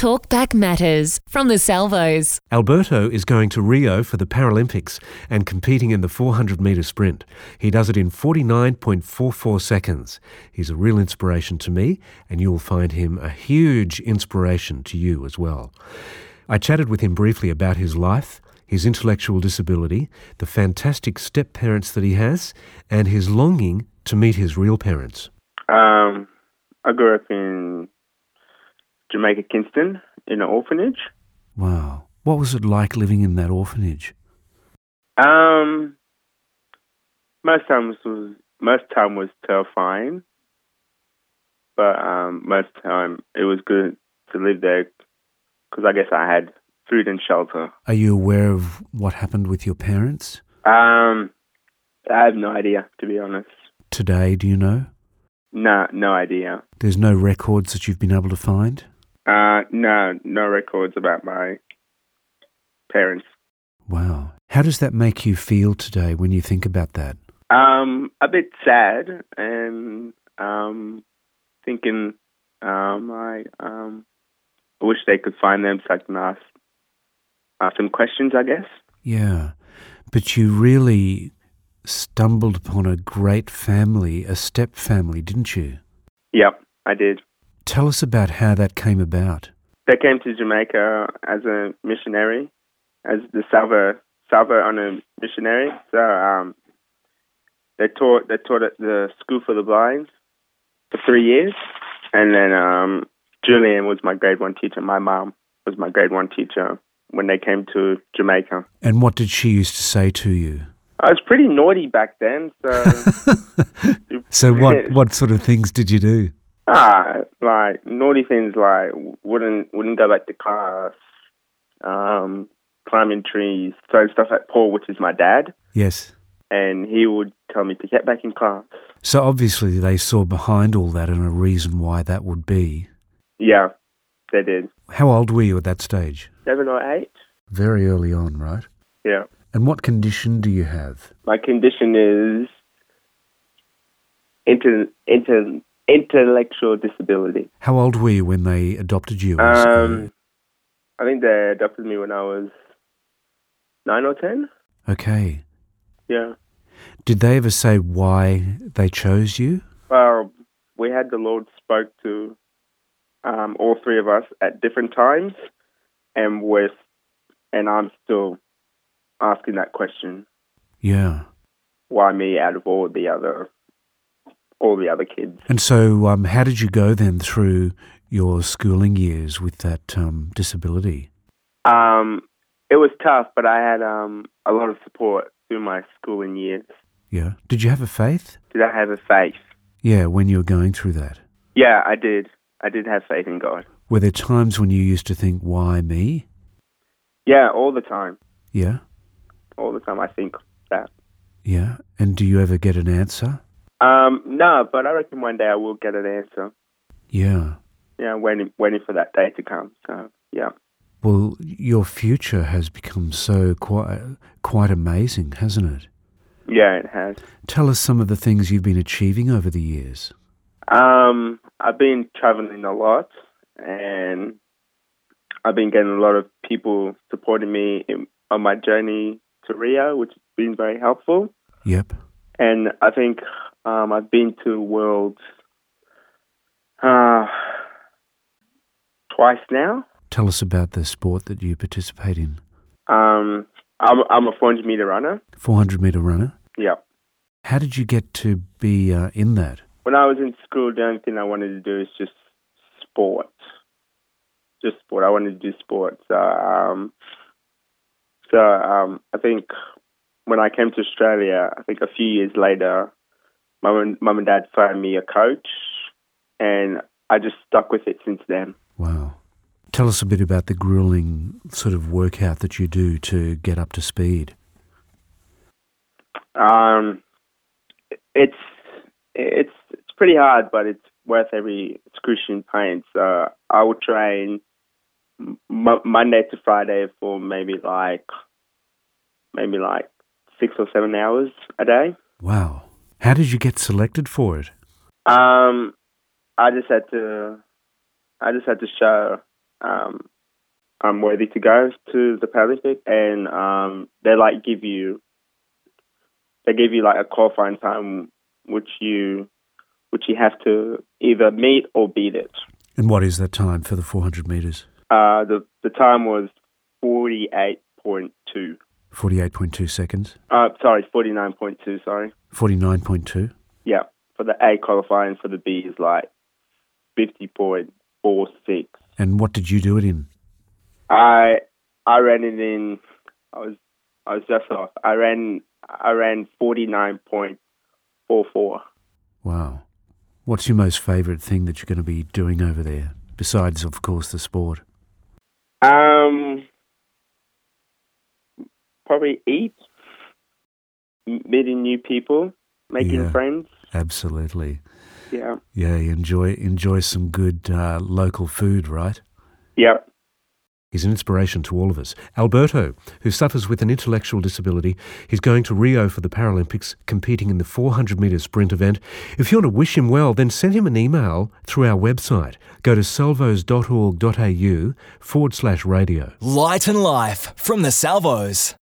Talkback Matters from the Salvos. Alberto is going to Rio for the Paralympics and competing in the 400 metre sprint. He does it in 49.44 seconds. He's a real inspiration to me, and you'll find him a huge inspiration to you as well. I chatted with him briefly about his life, his intellectual disability, the fantastic step parents that he has, and his longing to meet his real parents. Um, I grew up in Jamaica Kingston in an orphanage. Wow. What was it like living in that orphanage? Um, most times was most time was terrifying, but um, most time it was good to live there because I guess I had food and shelter. Are you aware of what happened with your parents? Um, I have no idea to be honest. Today, do you know? No, no idea. There's no records that you've been able to find? Uh, no, no records about my parents. Wow. How does that make you feel today when you think about that? Um, a bit sad and um, thinking um, I um, I wish they could find them so I can ask, ask some questions. I guess. Yeah. But you really stumbled upon a great family, a step family, didn't you? Yep, I did. Tell us about how that came about. They came to Jamaica as a missionary, as the Salvo Salvo on a missionary. So um, they taught they taught at the school for the blind for three years, and then um, Julian was my grade one teacher. My mom was my grade one teacher when they came to Jamaica. And what did she used to say to you? I was pretty naughty back then, so so what, what sort of things did you do? ah, like naughty things like wouldn't wouldn't go back to class, um, climbing trees, throwing stuff at Paul, which is my dad, Yes. and he would tell me to get back in class. So obviously they saw behind all that and a reason why that would be. Yeah, they did. How old were you at that stage? Seven or eight. Very early on, right? Yeah. And what condition do you have? My condition is inter, inter, intellectual disability. How old were you when they adopted you? as a- Um, I think they adopted me when I was nine or ten. okay. Yeah. Did they ever say why they chose you? Well, we had the Lord spoke to um, all three of us at different times, and with, and I'm still asking that question: Yeah. Why me out of all the other, all the other kids? And so, um, how did you go then through your schooling years with that um, disability? Um, it was tough, but I had um, a lot of support through my schooling years. Yeah. Did you have a faith? Did I have a faith? Yeah, when you were going through that. Yeah, I did. I did have faith in God. Were there times when you used to think, why me? Yeah, all the time. Yeah. All the time, I think that. Yeah. And do you ever get an answer? Um, no, but I reckon one day I will get an answer. Yeah. Yeah, waiting, waiting for that day to come. So, yeah. Well, your future has become so quite, quite amazing, hasn't it? Yeah, it has. Tell us some of the things you've been achieving over the years. Um, I've been traveling a lot and I've been getting a lot of people supporting me in, on my journey to Rio, which has been very helpful. Yep. And I think um, I've been to Worlds uh, twice now. Tell us about the sport that you participate in. Um, I'm, I'm a 400 meter runner. 400 meter runner. Yeah. How did you get to be uh, in that? When I was in school, the only thing I wanted to do is just sport. Just sport. I wanted to do sports. So, um, so um, I think when I came to Australia, I think a few years later, mum and, mum and dad found me a coach, and I just stuck with it since then. Wow. Tell us a bit about the grueling sort of workout that you do to get up to speed. Um, it's it's it's pretty hard, but it's worth every excruciating pain. So I will train m- Mo- Monday to Friday for maybe like maybe like six or seven hours a day. Wow. How did you get selected for it? Um, I just had to I just had to show um, I'm worthy to go to the Paralympic, and um, they like give you they give you like a qualifying time which you which you have to either meet or beat it. And what is that time for the 400 metres? Uh, the the time was forty eight point two. 48.2 seconds, Uh, sorry, forty nine point two. Sorry, 49.2. yeah. For the A qualifying, for the B is like fifty point four six. And what did you do it in? I I ran it in. I was I was just off. I ran I ran forty nine point four four. Wow. What's your most favourite thing that you're going to be doing over there, besides, of course, the sport? Um, probably eat, M- meeting new people, making Yeah. friends. Absolutely. Yeah. Yeah, you enjoy enjoy some good uh, local food, right? Yep. He's an inspiration to all of us. Alberto, who suffers with an intellectual disability, he's going to Rio for the Paralympics, competing in the 400 metre sprint event. If you want to wish him well, then send him an email through our website. Go to salvos.org.au forward slash radio. Light and life from the Salvos.